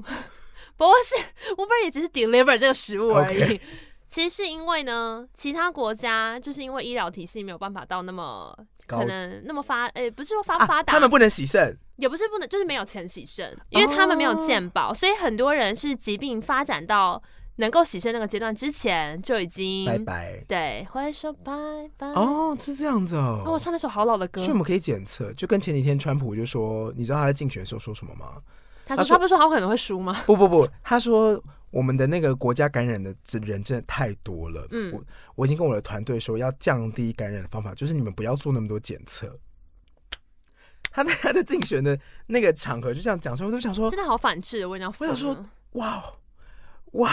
B: 不是 Uber 也只是 deliver 这个食物而已。
A: OK
B: 其实是因为呢，其他国家就是因为医疗体系没有办法到那么
A: 高
B: 可能那么发，诶、不是说发
A: 啊
B: 发，达、
A: 他们不能洗肾，
B: 也不是不能，就是没有钱洗肾，因为他们没
A: 哦
B: 有健保，所以很多人是疾病发展到能够洗肾那个阶段之前就已经
A: 拜拜。
B: 对挥手拜拜。哦
A: 哦，是这样子
B: 我
A: 哦。
B: 唱那首好老的歌
A: 所以，我们可以检测，就跟前几天川普就说，你知道他在竞选的时候说什么吗？
B: 他
A: 他
B: 说
A: 说
B: 他不是说他可能会输吗？
A: 不不不，他说我们的那个国家感染的人真的太多了。
B: 嗯
A: 我我已经跟我的团队说，要降低感染的方法就是你们不要做那么多检测。他在他的竞选的那个场合就这样讲，所以我都想说
B: 真，的好反智，哦我跟你讲，
A: 哦我想说哇哦哇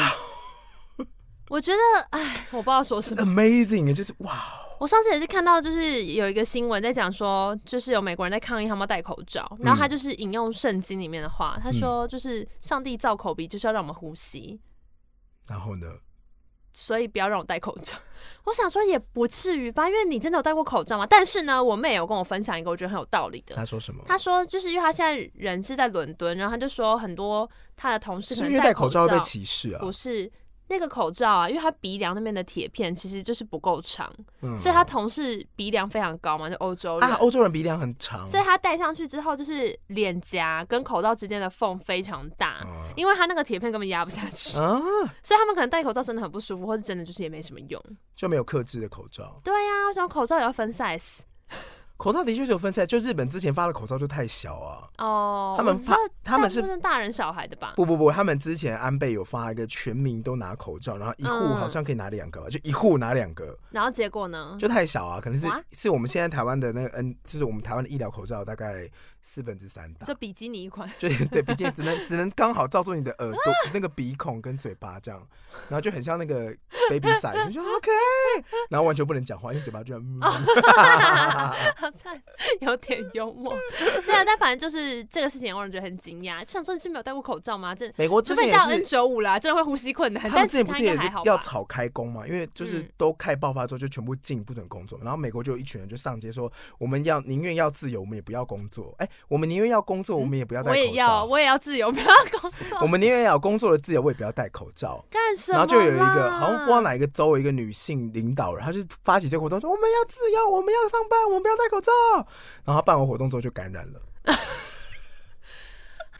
A: 哦
B: 我觉得，哎，我不知道说什
A: 嗯呃
B: 么。
A: ，amazing，就是哇哦，
B: 我上次也是看到，就是有一个新闻在讲说，就是有美国人在抗议他们要戴口罩，
A: 嗯
B: 然后他就是引用圣经里面的话，他说就是上帝造口鼻就是要让我们呼吸，
A: 然后呢？
B: 所以不要让我戴口罩。 我想说也不至于吧，因为你真的有戴过口罩吗？但是呢，我妹有跟我分享一个我觉得很有道理的。
A: 他说什么？
B: 她说，就是因为她现在人是在伦敦，然后她就说很多她的同事
A: 是
B: 可
A: 不是
B: 能
A: 因为戴口
B: 口
A: 罩被歧视啊
B: 不？是那个口罩啊，因为她鼻梁那边的铁片其实就是不够长，
A: 嗯
B: 所以她同事鼻梁非常高嘛，就欧洲人。
A: 啊，欧洲人鼻梁很长，
B: 所以她戴上去之后，就是脸颊跟口罩之间的缝非常大，
A: 啊
B: 因为她那个铁片根本压不下去，
A: 啊
B: 所以他们可能戴口罩真的很不舒服，或者真的就是也没什么用。
A: 就没有克制的口罩。
B: 对呀、啊，这种口罩也要分 size
A: 口罩的确是有分赛，就日本之前发的口罩就太小啊。
B: 哦。
A: 他们
B: 我知
A: 怕
B: 道
A: 他们是
B: 大部分大人小孩的吧？
A: 不不不，他们之前安倍有发一个全民都拿口罩，然后一户
B: 嗯
A: 好像可以拿两个吧，就一户拿两个，
B: 然后结果呢？
A: 就太小啊，可能是
B: 哇
A: 是我们现在台湾的那个 N，就是我们台湾的医疗口罩大概四分之三大
B: 就，比基尼一款，
A: 就对，毕竟只能只能刚好罩住你的耳 朵、那个鼻孔跟嘴巴这样，然后就很像那个 baby 伞，就说 OK，然后完全不能讲话，因为嘴巴就要嗯
B: 哦好像有点幽默。 对啊，但反正就是这个事情让人觉得很惊讶，就想说你是没有戴过口罩吗？这
A: 美国之
B: 除
A: 前
B: 非
A: 也
B: 你到 N
A: 是。
B: 九五啦，真的会呼吸困难。
A: 他
B: 呃但
A: 们
B: 其
A: 之前不是也
B: 应该
A: 是
B: 还好
A: 要
B: 吧？
A: 吵开工嘛？因为就是
B: 嗯
A: 都开爆发之后，就全部禁不准工作嘛。然后美国就有一群人就上街说，我们要宁愿要自由，我们也不要工作。哎、我们宁愿要工作，我们也不要戴
B: 嗯我也
A: 口
B: 要，
A: 罩。
B: 我也要自由，不要工作。
A: 我们宁愿要有工作的自由，我也不要戴口罩。
B: 干什么
A: 然
B: 啦？
A: 后就有一个好像不知道哪一个州有一个女性领导人，她就发起这个活动说我们要自由，我们要上班，我们不要戴口罩。然后她办完活动之后就感染了。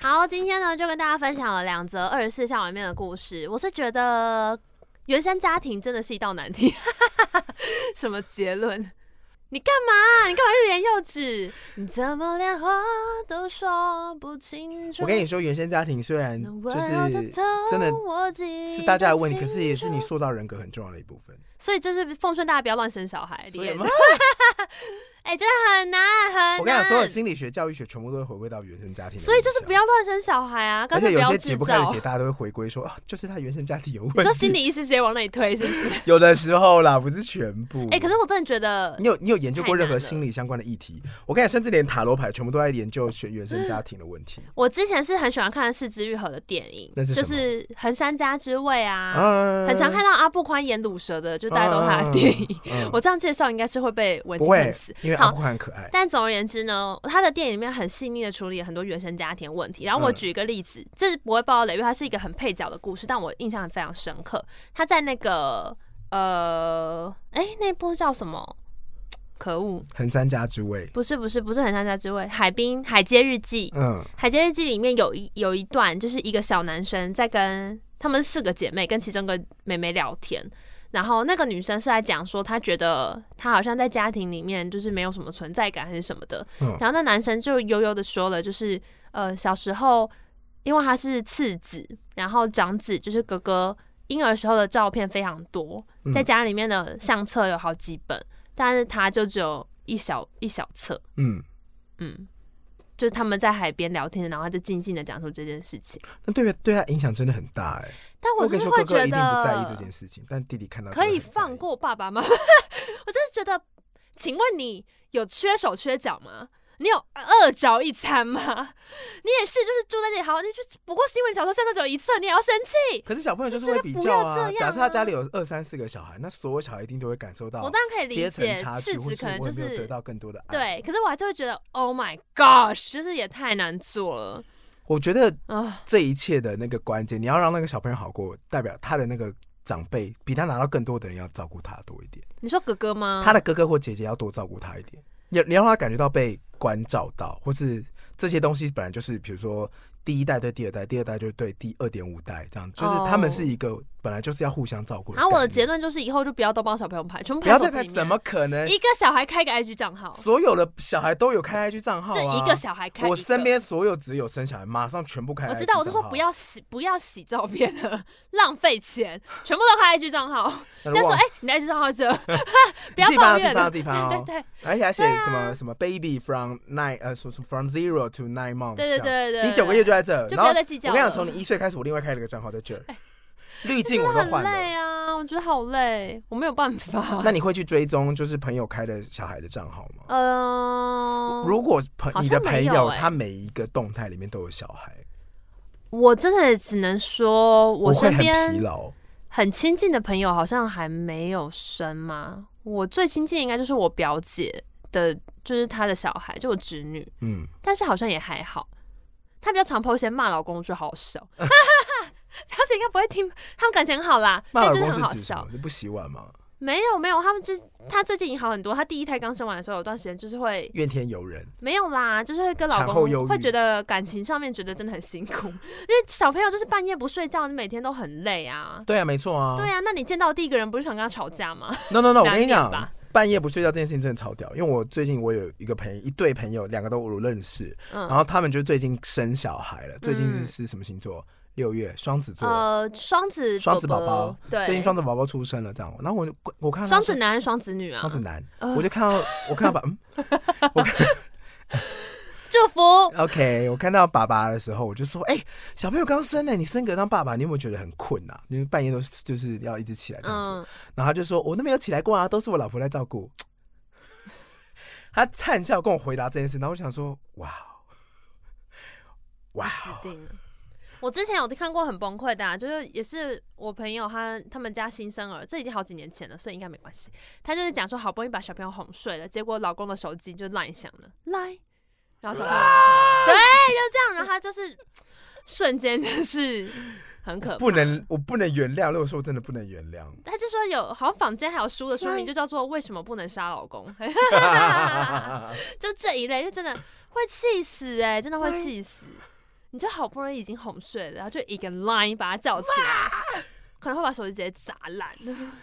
B: 好，今天呢就跟大家分享了两则二十四孝里面的故事。我是觉得原生家庭真的是一道难题。什么结论？你干嘛？你干嘛欲言又止？你怎么连话都说不清楚？
A: 我跟你说，原生家庭虽然
B: 那
A: 就
B: 温
A: 是
B: 柔的头
A: 真的
B: 我记
A: 是大家的问题，
B: 得
A: 可是
B: 清
A: 也是你
B: 楚，
A: 塑造人格很重要的一部分。
B: 所以就是奉劝大家不要乱生小孩，
A: 所以
B: 连
A: 嘛
B: 哎、真的很难很难。
A: 我跟你讲，所有心理学、教育学全部都会回归到原生家庭，
B: 所以就是不。要乱生小孩啊，干
A: 而且
B: 脆
A: 有
B: 不要
A: 些
B: 制
A: 解不开的
B: 造
A: 解，。大家都会回归说啊，就是他原生家庭有问题。
B: 你说心理医师直接往那里推是不是？
A: 有的时候啦，不是全部。
B: 哎、可是我真的觉得
A: 你有你有研究过任
B: 太难
A: 何
B: 了
A: 心理相关的议题？我跟你讲，甚至连塔罗牌全部都在研究学原生家庭的问题。
B: 我之前是很喜欢看《四肢愈合》的电影，
A: 那是什
B: 就
A: 么
B: 是《横山家之味》啊，
A: 嗯
B: 很常看到阿布宽演卤蛇的，就大家都是他的电影。
A: 嗯
B: 我这样介绍应该是会被文
A: 不
B: 青恨
A: 会
B: 死，，
A: 因为阿
B: 好
A: 布宽很可爱。
B: 但总而言之呢，他的电影里面很细腻的处理了很多原生家庭问题。然后我
A: 嗯
B: 举一个例子，这不会爆雷，因为它是一个很配角的故事，但我印象非常深刻。他在那个呃，哎、那部叫什么？可恶，
A: 横山家之味，
B: 不是不是不是很像家之味，海滨海街日记，
A: 嗯
B: 海街日记里面有一有一段，就是一个小男生在跟他们四个姐妹跟其中一个妹妹聊天，然后那个女生是在讲说，她觉得她好像在家庭里面就是没有什么存在感还是什么的，
A: 嗯
B: 然后那男生就悠悠的说了，就是呃小时候因为他是次子，然后长子就是哥哥，婴儿时候的照片非常多，
A: 嗯
B: 在家里面的相册有好几本，但是他就只有一小一小册，
A: 嗯，
B: 嗯，就是他们在海边聊天，然后他就静静的讲述这件事情。
A: 那对对他影响真的很大哎、
B: 但
A: 我
B: 只
A: 跟你
B: 是
A: 说，
B: 会
A: 哥
B: 觉
A: 哥一定不在意这
B: 得
A: 件事情，但弟弟看到就
B: 可
A: 会
B: 以
A: 很在
B: 放
A: 意。
B: 过爸爸妈 妈，我真是觉得，请问你有缺手缺脚吗？你有饿着一餐吗？你也是，就是住在这里，好，你就不过新闻小说现在只有一册，你也要生气？
A: 可是小朋友就是
B: 就
A: 会
B: 觉得
A: 比
B: 不
A: 较
B: 要这
A: 啊。假
B: 样
A: 设他
B: 啊
A: 家里有二三四个小孩，那所有小孩一定都会感受
B: 我
A: 到
B: 当然可以理
A: 哦阶层
B: 解，
A: 差距，
B: 次
A: 或
B: 子可能
A: 我
B: 就
A: 没有
B: 是
A: 得到更多的爱。，
B: 对，可是我还是会觉得，Oh my gosh，就是也太难做了
A: 我觉得
B: 啊！
A: 这一切的那个关键，你要让那个小朋友好过，代表他的那个长辈比他拿到更多的人要照顾他多一点，
B: 你说哥哥吗？
A: 他的哥哥或姐姐要多照顾他一点，你你要让他感觉到被关照到，或是这些东西本来就是，比如说。第一代对第二代，第二代就对第二点五代，这样就是他们
B: 哦
A: 是一个本来就是要互相照顾的
B: 然
A: 概念。
B: 后我的结论就是，以后就不要都帮小朋友拍，全部
A: 不要
B: 拍手
A: 再
B: 机
A: 拍，
B: 里面。
A: 怎么可能？
B: 一个小孩开个 IG 账号，
A: 所有的小孩都有开 IG 账号、啊，
B: 哦就一个小孩开一个。
A: 我身边所有只有生小孩，马上全部开 IG
B: 我
A: 账号。
B: 知道，我就说不要洗，不要洗照片了，浪费钱，全部都开 IG 账 号。
A: 那
B: 人
A: 就
B: 家说，
A: 忘，
B: 哎、你的 IG 账号 是这，不
A: 你
B: 要
A: 自己
B: 抱
A: 翻
B: 怨
A: 到
B: 了。
A: 自己翻到自己翻
B: 对
A: 哦
B: 对。哎对啊
A: 而且还写什么、什么 baby from nine 呃，说什么 from zero to nine months，
B: 对对
A: 这样
B: 对对，对
A: 第九个月就在这，然
B: 就不
A: 后
B: 要
A: 我
B: 再计较
A: 跟
B: 了。哎
A: 你讲，从你一岁开始，我另外开了个账号在这儿，滤镜我
B: 真
A: 都
B: 的
A: 换
B: 很
A: 了
B: 累。啊，我觉得好累，我没有办法。
A: 那你会去追踪就是朋友开的小孩的账号吗？
B: 呃，
A: 如果朋
B: 好像
A: 你的朋
B: 没有
A: 友
B: 欸
A: 他每一个动态里面都有小孩，
B: 我真的只能说，
A: 我会
B: 身
A: 很疲
B: 边
A: 劳。
B: 很亲近的朋友好像还没有生嘛。我最亲近应该就是我表姐的，就是她的小孩，就我侄女，
A: 嗯，
B: 但是好像也还好。她比较常 po 一些骂老公，我觉得好笑。 哈哈哈表姐应该不会听，他们感情很好啦，
A: 骂
B: 但
A: 老
B: 就是
A: 公
B: 很好
A: 指什
B: 笑
A: 么？。就不洗碗吗？
B: 没有没有，他们之她最近已经好很多。她第一胎刚生完的时候，有段时间就是会
A: 怨天尤人。
B: 没有啦，就是会跟老
A: 产后忧郁
B: 公会觉得感情上面觉得真的很辛苦，因 为小朋友就是半夜不睡觉，你每天都很累啊。
A: 对啊，没错啊。
B: 对啊，那你见到第一个人不是想跟他吵架吗？
A: No No No，我
B: 难
A: 跟你
B: 免
A: 讲
B: 吧，
A: 半夜不睡觉这件事情真的超屌。因为我最近我有一个朋友，一对朋友，两个都我认识，
B: 嗯
A: 然后他们就最近生小孩了。最近是
B: 嗯
A: 是什么星座？六月，双子座。
B: 呃，双子
A: 双子宝
B: 宝
A: 宝，
B: 对，
A: 最近双子宝宝出生了，这样。然后我就我看到他
B: 双子
A: 说
B: 男还是双子女啊？
A: 双子男，
B: 呃
A: 我就看到我看到爸， 嗯
B: 祝福。
A: ，OK，我看到爸爸的时候，我就说，哎，小朋友刚生呢，你生个当爸爸，你有没有觉得很困啊？因为半夜都是就是要一直起来这样子。
B: 嗯，
A: 然后他就说：“我都没有起来过啊，都是我老婆在照顾。”他灿笑跟我回答这件事，然后我想说：“哇哦，哇
B: 死
A: 哦，
B: 定了。啊我之前有看过很崩溃的、啊，就是也是我朋友他他们家新生儿，这已经好几年前了，所以应该没关系。他就是讲说好不容易把小朋友哄睡了，结果老公的手机就烂响了，赖，然后小朋友、
A: 啊
B: 对就这样，然后他就是瞬间就是很可怕
A: 不。能，我不能原谅。如果说我真的不能原谅，
B: 他就说有，好像坊间还有书的书名就叫做《为什么不能杀老公》， 就这一类，就真的会气死哎、真的会气死。你就好不容易已经哄睡了，然后就一个 line 把他叫起来，可能会把手机直接砸烂。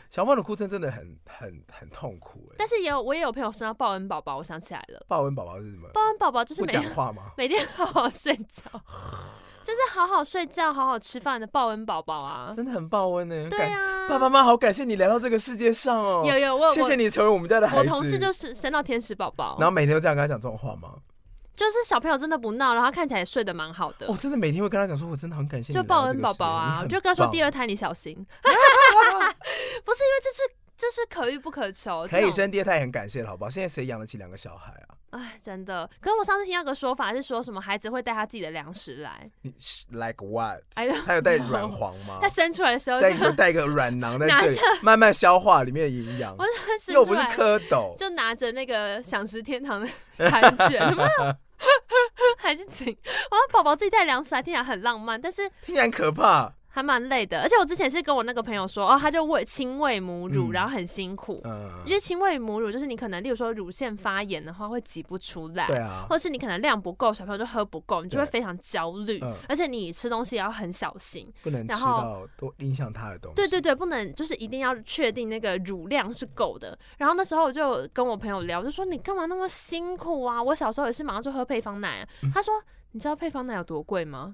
A: 小猫的哭声真的很很很痛苦、欸。
B: 但是也有我也有朋友生到报恩宝宝，我想起来了，
A: 豹纹宝宝是什么？
B: 报恩宝宝就是
A: 不
B: 每
A: 讲话吗？
B: 每天好好睡觉，就是好好睡觉、好好吃饭的报恩宝宝啊。
A: 真的很豹纹呢、欸。
B: 对
A: 感
B: 啊，
A: 爸爸妈妈好感谢你来到这个世界上哦，
B: 有有我
A: 谢谢
B: 我
A: 你成为我们家的孩
B: 我
A: 子。
B: 同事就是生到天使宝宝，
A: 然后每天都这样跟他讲这种话吗？
B: 就是小朋友真的不闹，然后他看起来也睡得蛮好的。
A: 哦我、真的每天会跟他讲说，我真的很感谢你
B: 就
A: 来到
B: 报恩
A: 这个
B: 宝
A: 世界
B: 宝啊，
A: 你
B: 我
A: 很
B: 就跟他说
A: 棒
B: 第二胎你 小心，不是因为这是这是可遇不可求，
A: 可以
B: 这种。
A: 生第二胎很感谢了，好不好？现在谁养得起两个小孩啊？
B: 哎，真的。可是我上次听到个说法是说什么孩子会带他自己的粮食 来，
A: 你 like what？
B: 哎呀，
A: 他有带 软黄吗
B: 他？生出来的时候就
A: 带有带个软囊在
B: 拿
A: 这里，慢慢消化里面的营养
B: 我，就
A: 又
B: 生出
A: 不是
B: 来
A: 蝌蚪。
B: 就拿着那个享食天堂的餐券，有没有 还是挺，我宝宝自己带粮食来，听起来很浪漫，但是
A: 听起来很可怕。
B: 还蛮累的。而且我之前是跟我那个朋友说，哦，他就喂亲喂母乳，
A: 嗯
B: 然后很辛苦，
A: 嗯
B: 因，为亲喂母乳就是你可能，例如说乳腺发炎的话，会挤不出来，
A: 对啊
B: 或，是你可能量不够，小朋友就喝不够，你就
A: 对
B: 会非常焦虑，
A: 嗯
B: 而且你吃东西也要很小心。
A: 不能吃
B: 然后
A: 到都影响他的东西。
B: 对对对，不能就是一定要确定那个乳量是够的。然后那时候我就跟我朋友聊，我就说你干嘛那么辛苦
A: 嗯
B: 啊？我小时候也是马上就喝配方奶、啊，他说你知道配方奶有多贵吗？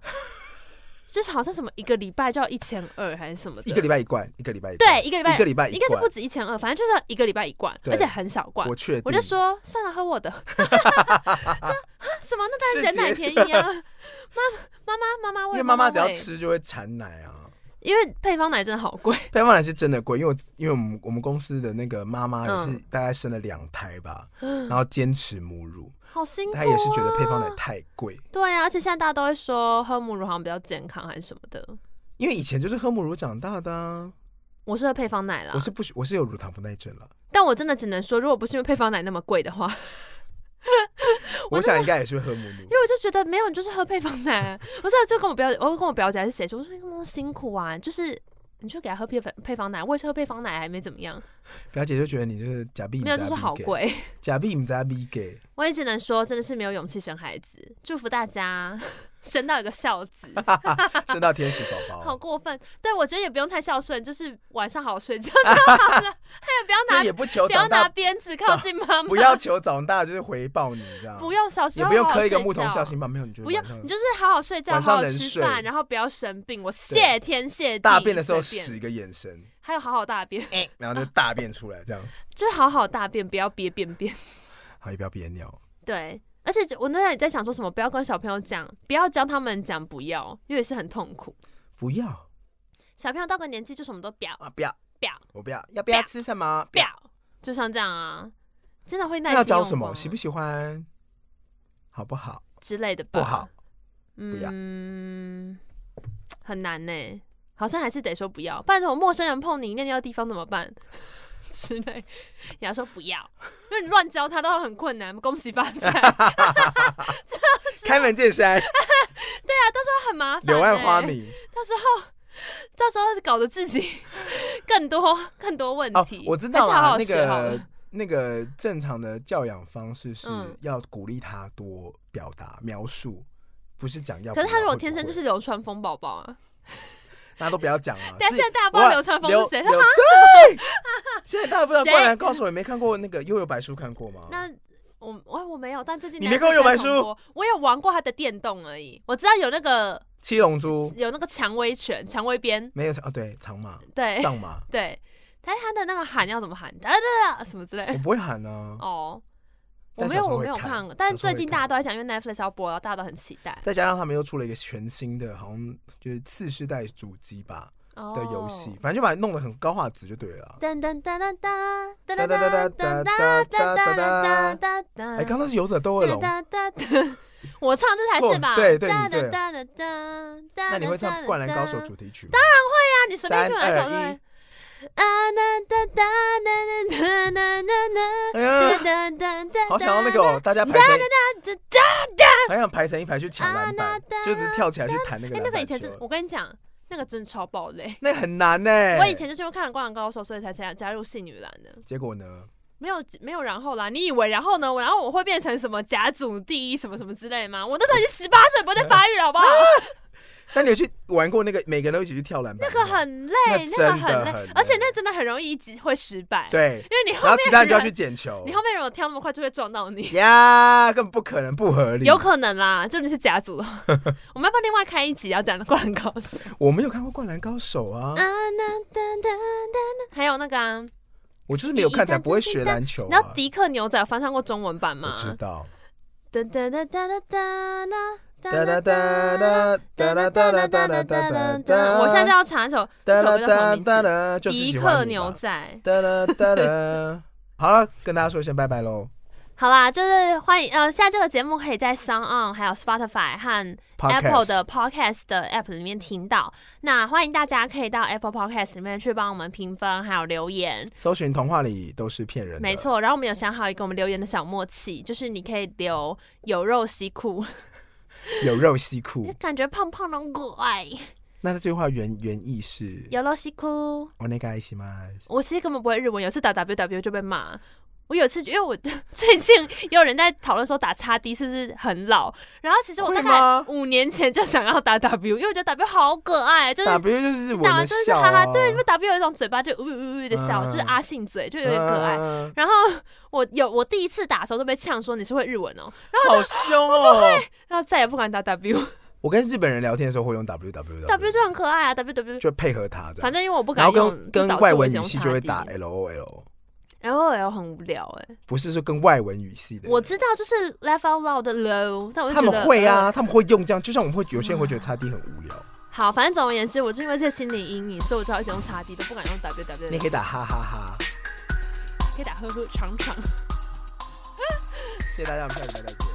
B: 就是好像什么一个礼拜就要一千二还是什么的，
A: 一个礼拜一罐，一个礼拜一罐
B: 对，一个礼
A: 一
B: 拜
A: 个礼拜一
B: 应该是
A: 罐
B: 不，止一千二，反正就是一个礼拜一罐，
A: 对
B: 而且很少罐。
A: 我确定。
B: 我就说算了，喝我的。 就啊什么？那当然
A: 世
B: 人奶
A: 界
B: 便宜啊！妈妈妈妈妈
A: 因
B: 喂，
A: 为妈
B: 妈
A: 妈只要
B: 喂，
A: 吃就会产奶啊。
B: 因为配方奶真的好贵。
A: 配方奶是真的贵，因为我因为我们我们公司的那个妈妈也是
B: 嗯
A: 大概生了两胎吧， 然后坚持母乳，
B: 好辛苦、啊。
A: 她也是觉得配方奶太贵，
B: 对啊，而且现在大家都会说喝母乳好像比较健康还是什么的。
A: 因为以前就是喝母乳长大的、啊，
B: 我是喝配方奶啦
A: 我，是不许我是有乳糖不耐症 了，
B: 但我真的只能说，如果不是因为配方奶那么贵的话，
A: 我想应该也是会喝母乳
B: 因。为我就觉得没有，你就是喝配方奶 啊。我真的就跟我表姐，我跟我表姐还是谁说，我说哎你那么辛苦啊，就是你去给她喝配方配方奶，我也是喝配方奶，还没怎么样，
A: 表姐就觉得你就是假币，
B: 没有就是好，贵。
A: 假币你在逼给，
B: 我也只能说，真的是没有勇气生孩子，祝福大家 生到一个 孝子，
A: 生到天使宝
B: 好
A: 宝，
B: 过分。对我觉得也不用太孝顺，就是晚上好睡觉就好了， 还有不要
A: 这
B: 拿
A: 也不求
B: 不要
A: 长
B: 拿
A: 大，
B: 鞭子靠近妈妈，
A: 不要求长大就是回报你这样，
B: 不用小时
A: 也
B: 候
A: 不用
B: 好好
A: 刻一个
B: 睡
A: 牧童
B: 觉
A: 孝心吧，没有你就
B: 不用
A: 晚上，
B: 你就是好好睡觉，
A: 晚
B: 好
A: 上
B: 好
A: 能
B: 吃
A: 睡
B: 饭，然后不要生病。我谢天谢地，
A: 大便的时候
B: 随便
A: 使哎一个眼神，
B: 还有好好大便，
A: 然后就大便出来这样，
B: 就是好好大便，不要憋便便。
A: 好也不要憋尿，
B: 对，而且我那天也在想说什么，不要跟小朋友讲，不要教他们讲不要，因为也是很痛苦。
A: 不要
B: 小朋友到个年纪就什么都不要
A: 啊不要
B: 不要
A: 我不要，要不要
B: 不要
A: 吃什么？
B: 不要，就像这样啊，真的会耐
A: 那
B: 心
A: 要找
B: 用嗯
A: 什么？
B: 光
A: 喜不喜欢？好不好？
B: 之类的吧
A: 不好，要
B: 嗯，很难呢、好像还是得说不要，不然我陌生人碰你尿尿的地方怎么办？ 之类，也要说不要，因为你乱教他都很困难。恭喜发 财，他
A: 开门见
B: 啊
A: 山，
B: 很麻烦、欸。
A: 柳暗花，明
B: 到时候到时候搞得自己 更多更多问
A: 哦
B: 题。，
A: 我知道
B: 还是好
A: 啦，
B: 好
A: 那
B: 学好了
A: 个。那个正常的教养方式是
B: 嗯
A: 要鼓励他多表达描述，不是讲要不
B: 可
A: 要。
B: 是他如果
A: 会不
B: 天生就
A: 会
B: 是，流川枫宝宝啊，
A: 大家都不要讲 啊。
B: 但
A: 自
B: 现
A: 己
B: 在大家不
A: 我
B: 知道流川枫
A: 刘
B: 是谁，
A: 刘 对，现在大家不知道《灌篮高手》也没看过那个《悠悠白书》，看过吗？
B: 那我我我没有，但最近
A: 你
B: 男
A: 没
B: 生
A: 看过
B: 在
A: 白
B: 重
A: 书
B: 播，我有玩过他的电动而已。我知道有那个
A: 七龙珠
B: 有那个蔷薇拳、蔷薇鞭，
A: 没有啊？对，长马、
B: 对
A: 藏马，
B: 对，但是他的那个喊要怎么喊，哒哒哒什么之类
A: 我
B: 的
A: 不会喊啊。
B: 哎哦。我
A: 但
B: 没
A: 小
B: 有，
A: 时候
B: 我
A: 会
B: 没有
A: 看
B: 看过，但
A: 小
B: 是
A: 时候
B: 最
A: 会
B: 近
A: 看
B: 大家都在讲，因为 Netflix 要播了，然后大家都很期待
A: 再加上他们又出了一个全新的，好像就是次世代主机吧
B: 哦
A: 的游戏，反正就把它弄得很高画质就对了啊。
B: 噔噔噔噔噔
A: 哒哒
B: 噔噔
A: 哒
B: 噔
A: 哒
B: 噔
A: 哒哒
B: 噔
A: 哒哒
B: 噔噔噔。
A: 哎，刚刚是游者斗恶龙，
B: 哒哒哒哒 我唱这才
A: 错
B: 是吧？
A: 对对
B: 哒
A: 你对
B: 哒哒哒哒
A: 那你会唱
B: 哒
A: 《灌篮高手》
B: 哒
A: 主题曲吗？当然，
B: 啊，你随便
A: 三
B: 给我来
A: 二
B: 首都
A: 一
B: 会。啊哒哒哒哒哒哒哒
A: 哎呀，
B: 哒哒哒哒，
A: 好想要那个哦，大家排
B: 哒
A: 成
B: 哒，
A: 好想排成一排去抢篮
B: 啊
A: 板
B: 哒哒，
A: 就只是跳起来去弹那个
B: 哎，那
A: 篮
B: 个
A: 板
B: 以
A: 球
B: 前真，，我跟你讲，那个真的超爆雷。
A: 那很难呢。
B: 我以前就是因为看了《灌篮高手》，所以才才加入戏女篮的，
A: 结果呢？
B: 没有没有然后啦。你以为然后呢？我然后我会变成什么甲组第一什么什么之类吗？我那时候已经十八岁，不会再发育了，好不好？
A: 那你有去玩过那个每个人都一起去跳篮板
B: 那
A: 吗？
B: 个很累，
A: 那
B: 那个
A: 真的
B: 累
A: 很累，
B: 而且那真的很容易一集会失败，
A: 对，
B: 因为你
A: 然
B: 后
A: 后
B: 面
A: 其他人就要去
B: 人
A: 捡球
B: 你，后面如果跳那么快，就会撞到你。
A: 呀，根本不可能，不合理。
B: 有可能啦，就你是 甲组的话，我们要不要另外开一集要讲《灌篮高手》
A: 我没有看过《灌篮高手》啊，
B: 啊？那噔噔噔噔，还有那个啊，
A: 我就是没有看
B: 一一
A: 才
B: 单
A: 不会
B: 字
A: 学
B: 单
A: 篮球
B: 你知道
A: 啊。
B: 迪克牛仔有翻唱过中文版
A: 我
B: 吗？
A: 知道，
B: 噔噔噔噔噔噔
A: 哒
B: 哒
A: 哒哒
B: 哒哒。
A: 哒哒哒哒哒哒
B: 哒哒哒哒哒
A: 哒
B: 哒哒
A: 哒
B: 哒
A: 哒
B: 哒！我现在就要查一首
A: 哒
B: 这首歌叫什么
A: 哒
B: 名
A: 哒
B: 字？
A: 哒，就是
B: 迪
A: 喜欢
B: 克
A: 你
B: 牛
A: 吧。
B: 仔。
A: 哒哒哒哒， 好了，跟大家说一声拜拜喽。
B: 好啦，就是欢迎呃，现在这个节目可以在 s o n On、还有 Spotify 和 Apple
A: Podcast
B: 的 Podcast 的 App 里面听到。那欢迎大家可以到 Apple Podcast 里面去帮我们评分，还有留言。
A: 搜寻童话里都是骗人的，
B: 没。错，然后我们有想好一个我们留言的小默契，就是你可以留有肉西裤，
A: 有肉西裤，
B: 感觉胖胖的怪，
A: 那这句话原原意是
B: 有肉西裤。
A: 我那个爱西吗？
B: 我其实根本不会日文，有次打 W W 就被骂。我有一次，因为我 最近也有人在讨论说打叉 D 是不是很老，然后其实我
A: 会
B: 大
A: 吗
B: 概五年前就想要打 W，因为我觉得 W 好可爱，就是
A: 打不就是我
B: 打
A: 们
B: 完就是
A: 笑
B: 哈
A: 啊
B: 哈，，对，因为 W 有一种嘴巴就呜呜呜的笑，就是
A: 嗯
B: 阿信嘴，就有
A: 嗯，
B: 点可爱。
A: 嗯
B: 然后我有我第一次打的时候都被呛说你是会日文哦，
A: 好凶哦！
B: 然后再也不敢打 W。
A: 我跟日本人聊天的时候会用 W W
B: W 就很可爱啊，W W，
A: 就配合他这样，
B: 反正因为我不
A: 然
B: 敢
A: 后
B: 用，
A: 跟跟外文语系就会打欸
B: 打
A: L O L，
B: L O L 很无聊哎、
A: 不是说跟外文语系的人。
B: 我知道就是 laugh out loud 的 low，但我就
A: 他
B: 觉
A: 们
B: 得
A: 会
B: 呃嗯
A: 啊，他们会用这样，就像我们会有些人会觉得擦 D 很无聊，
B: 好，反正总而言之，我就是因为这心理阴影，所以我就要一直用叉 D，都不敢用 W W。
A: 你可以打哈哈哈。
B: 可以打呵呵尝尝。
A: 谢谢大家，我们下礼拜再见。